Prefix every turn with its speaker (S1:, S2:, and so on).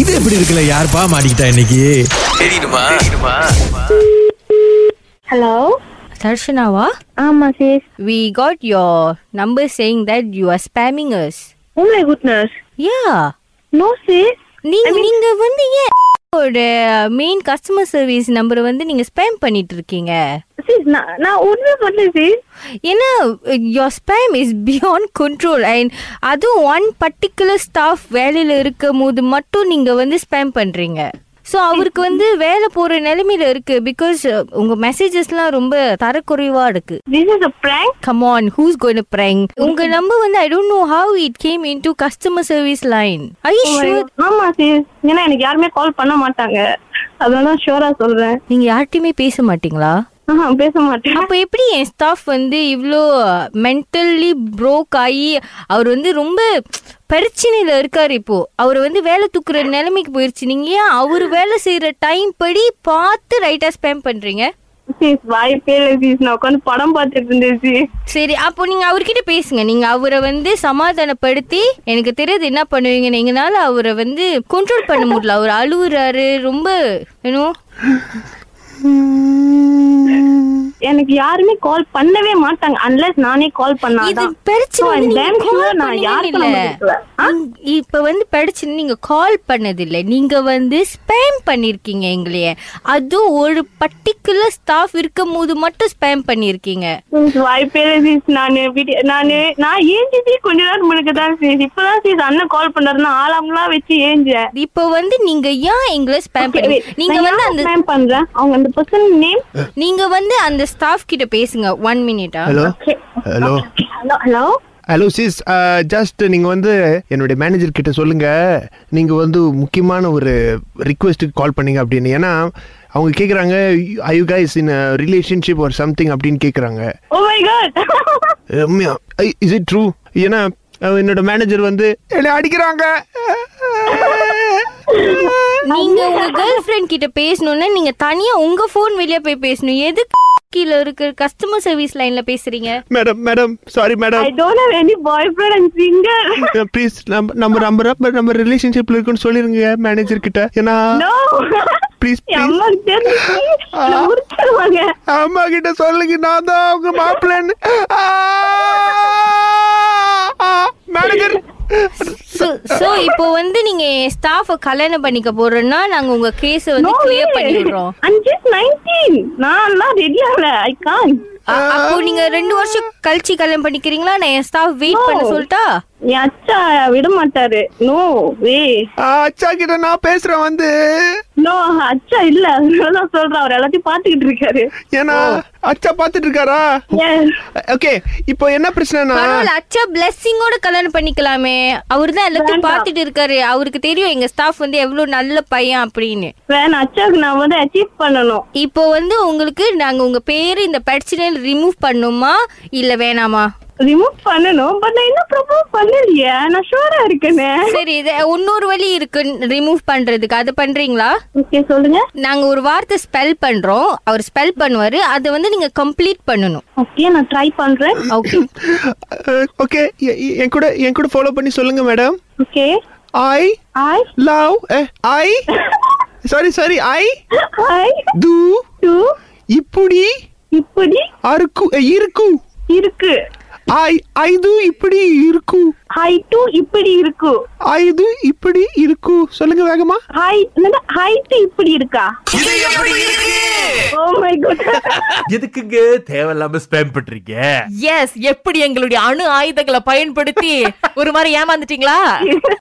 S1: இது எப்படி இருக்குல்ல யாருப்பா மாட்டிக்கிட்டா இன்னைக்கு
S2: ஹலோ
S3: தர்ஷனாவா
S2: ஆமா sis
S3: we got your number saying that you are spamming us
S2: oh my goodness
S3: yeah
S2: no sis
S3: நீங்க நீங்க வந்து ஏன் ஓட மெயின் கஸ்டமர் சர்வீஸ் நம்பரை வந்து நீங்க ஸ்பேம் பண்ணிட்டு இருக்கீங்க
S2: சிஸ் நான் நான் ஒண்ணுமே பண்ணல சிஸ்
S3: ஏன்னா your spam is beyond control and அதுவும் ஒன் பர்டிகுலர் ஸ்டாஃப் வேலையில் இருக்கும் போது மட்டும் நீங்கள் வந்து ஸ்பேம் பண்ணுறீங்க ஸோ அவருக்கு வந்து வேலை போகிற நிலைமையில இருக்கு பிகாஸ் உங்கள் மெசேஜஸ்லாம் ரொம்ப தரக்குறைவாக இருக்கு
S2: this is a prank
S3: come on who's going prank உங்கள் நம்பர் வந்து I don't know how it came in to customer service line I sure
S2: Oh ஆமா சிஸ் ஏன்னா எனக்கு யாருமே கால் பண்ண மாட்டாங்க அதனால தான் ஷூரா சொல்றேன்
S3: நீங்கள் யார்கிட்டயுமே பேச மாட்டீங்களா
S2: ஆஹா பேச மாட்டேன்
S3: அப்போ எப்படி என் ஸ்டாஃப் வந்து இவ்வளோ மென்டல்லி ப்ரோக் ஆகி அவர் வந்து ரொம்ப பிரச்சனையில் இருக்கார் இப்போ அவர் வந்து வேலை தூக்குற நிலைமைக்கு போயிருச்சு நீங்க ஏன் அவர் வேலை செய்யற டைம் படி பார்த்து ரைட்டா ஸ்பேம் பண்றீங்க
S2: சிஸ் வாய்ப்பே இல்லை சிஸ் நான் உட்காந்து படம் பார்த்துட்டு இருந்தேன் சிஸ்
S3: சரி அப்போ நீங்க அவர்கிட்ட பேசுங்க நீங்க அவரை வந்து சமாதானப்படுத்தி எனக்கு தெரியாது என்ன பண்ணுவீங்க நீங்கனால அவரை வந்து கண்ட்ரோல் பண்ண முடியல அவர் அழுவுறாரு ரொம்ப ஏன்னோ
S2: எனக்கு யாருமே கால் பண்ணவே மாட்டாங்க unless நானே கால்
S3: இது
S2: பண்ணாதான்
S3: பிரச்சனை
S2: So, I'm
S3: வந்து நீங்க
S2: damn
S3: call
S2: sure நான் யாருக்கு
S3: பண்ணவே
S2: number
S3: இல்ல.
S2: கொடுக்கல. ஆ?
S3: நீங்க- இப்ப வந்து பிரச்சனை நீங்க கால் பண்ணதில்லை நீங்க வந்து ஸ்பேம் பண்ணிருக்கீங்க எங்களைய அதுவும் ஒரு பர்டிகுலர் ஸ்டாஃப் இருக்கும் போது மட்டும் ஸ்பேம் பண்ணிருக்கீங்க
S2: Sis, வாய்ப்பே இல்லை sis. நானு வீட்டு- நானு- நான் ஏஞ்சிச்சு கொஞ்ச நேரம் முன்னுக்குதான் sis. இப்பதான் sis அண்ணன் call பண்ணாருன்னு ஆளாமலா வச்சு ஏஞ்சேன்.
S3: இப்போ வந்து நீங்க ஏன் எங்களை ஸ்பேம்
S2: Okay,
S3: பண்ணி
S2: wait.
S3: நீங்க
S2: நான்
S3: வந்து
S2: யாரை
S3: அந்த
S2: spam பண்றேன்? அவங்க அந்த person name?
S3: நீங்க வந்து அந்த ஸ்டாஃப் கிட்ட பேசுங்க ஒன் மினிட்டா
S4: hello
S2: Uh, Okay.
S4: Hello
S2: Hello, hello?
S4: Hello sis just நீங்கள் Uh, வந்து என்னுடைய மேனேஜர் கிட்ட சொல்லுங்கள் நீங்கள் வந்து முக்கியமான ஒரு ரிக்வெஸ்ட்டுக்கு கால் பண்ணீங்க அப்படின்னு ஏன்னா அவங்க கேட்குறாங்க I you guys in relationship ஒரு சம்திங் அப்படின்னு கேட்குறாங்க
S2: Oh my god.
S4: Is it true ஏன்னா அஹ், என்னோட மேனேஜர் வந்து என்னை அடிக்கிறாங்க
S3: நீங்க உங்க கேர்ள் ஃப்ரெண்ட் கிட்ட பேசணும்னா நீங்க தனியா உங்க ஃபோன் வெளிய போய் பேசணும் எதுக்கு கீழே இருக்கிற கஸ்டமர் சர்வீஸ் லைன்ல பேசுறீங்க
S4: madam madam sorry madam
S2: I don't have any boyfriend, I'm single.
S4: Please Uh, நம்ம நம்ம நம்ம நம்ம ரிலேஷன்ஷிப்பில் இருக்குன்னு சொல்லிருங்க மேனேஜர் கிட்ட ஏன்னா
S2: No.
S4: Please, Ah.
S2: N
S4: please.
S2: அம்மாக்கு தெரிஞ்சுச்சு. என்னை உரிச்சிருவாங்க.
S4: அம்மா கிட்ட சொல்லுங்க நான் தான் அவங்க மாப்பிள்ளன்னு மேனேஜர்
S3: சோ இப்போ வந்து நீங்க ஸ்டாஃப கல்யாணம் பண்ணிக்க போறோம்னா நாங்க உங்க கேஸ வந்து
S2: No way.
S3: கிளியர் பண்ணி விடுறோம்
S2: I'm just 19. நான்லாம் ready ஆகல. I can't.
S3: அ- அப்போ நீங்க ரெண்டு வருஷம் கழிச்சு கல்யாணம் பண்ணிக்கிறீங்களா நான் என் ஸ்டாஃப் வெயிட் பண்ண சொல்லிட்டா
S2: என் அச்சா விட மாட்டாரு நோ வே
S4: அச்சா கிட்ட நான் பேசுறேன் வந்து
S2: நோ அச்சா இல்ல அதனாலதான் சொல்றேன் அவர் எல்லாத்தையும் பாத்துக்கிட்டு இருக்காரு
S4: ஏன்னா அச்சா பாத்துட்டு இருக்காரா
S2: ஏன்?
S4: ஓகே இப்போ என்ன பிரச்சனைனா
S3: பரவாயில்ல அச்சா பிளெஸிங்கோட கல்யாணம் பண்ணிக்கலாமே அவர்தான் எல்லாத்தையும்
S2: வேண்டாம்.
S3: பார்த்துட்டு இருக்காரு அவருக்கு தெரியும் எங்க ஸ்டாஃப் வந்து எவ்வளவு நல்ல பையன் அப்படின்னு
S2: வேணா அச்சாவுக்கு நான் வந்து அச்சீவ் பண்ணணும்
S3: இப்போ வந்து உங்களுக்கு நாங்க உங்க பேரு இந்த பிரச்சனையில ரிமூவ் பண்ணுமா இல்ல வேணாமா
S2: ரிமூவ் பண்ணணும் பட் நான் இன்னும் ப்ரொபோஸ் பண்ணலையே நான் ஷூரா இருக்கேனே
S3: சரி இது இன்னொரு வழி இருக்கு ரிமூவ் பண்றதுக்கு அது பண்றீங்களா
S2: ஓகே சொல்லுங்க
S3: நாங்க ஒரு வார்த்தை ஸ்பெல் பண்றோம் அவர் ஸ்பெல் பண்ணுவாரு அதை வந்து நீங்க கம்ப்ளீட் பண்ணணும்
S2: ஓகே நான் ட்ரை பண்றேன்
S3: ஓகே
S4: ஓகே என் கூட என் கூட ஃபாலோ பண்ணி சொல்லுங்க madam
S2: okay
S4: I
S2: hi
S4: love I sorry sorry I
S2: hi
S4: too
S2: two
S4: இப்படி
S2: இப்படி
S4: அருக்கு இருக்கு
S2: இருக்கு
S4: ஐ ஐது இப்படி இருக்கு
S2: ஹாய் டூ இப்படி இருக்கு
S4: ஐது இப்படி இருக்கு சொல்லுங்க வேகமா
S2: ஹாய் ஹைட் இப்படி இருக்கா Oh ஓ மை குட்
S5: எதுக்குங்க தேவையில்லாம ஸ்பேம் பண்றீங்க
S6: எஸ் எப்படி எங்களுடைய அணு ஆயுதங்களை பயன்படுத்தி ஒரு மாதிரி ஏமாந்துட்டீங்களா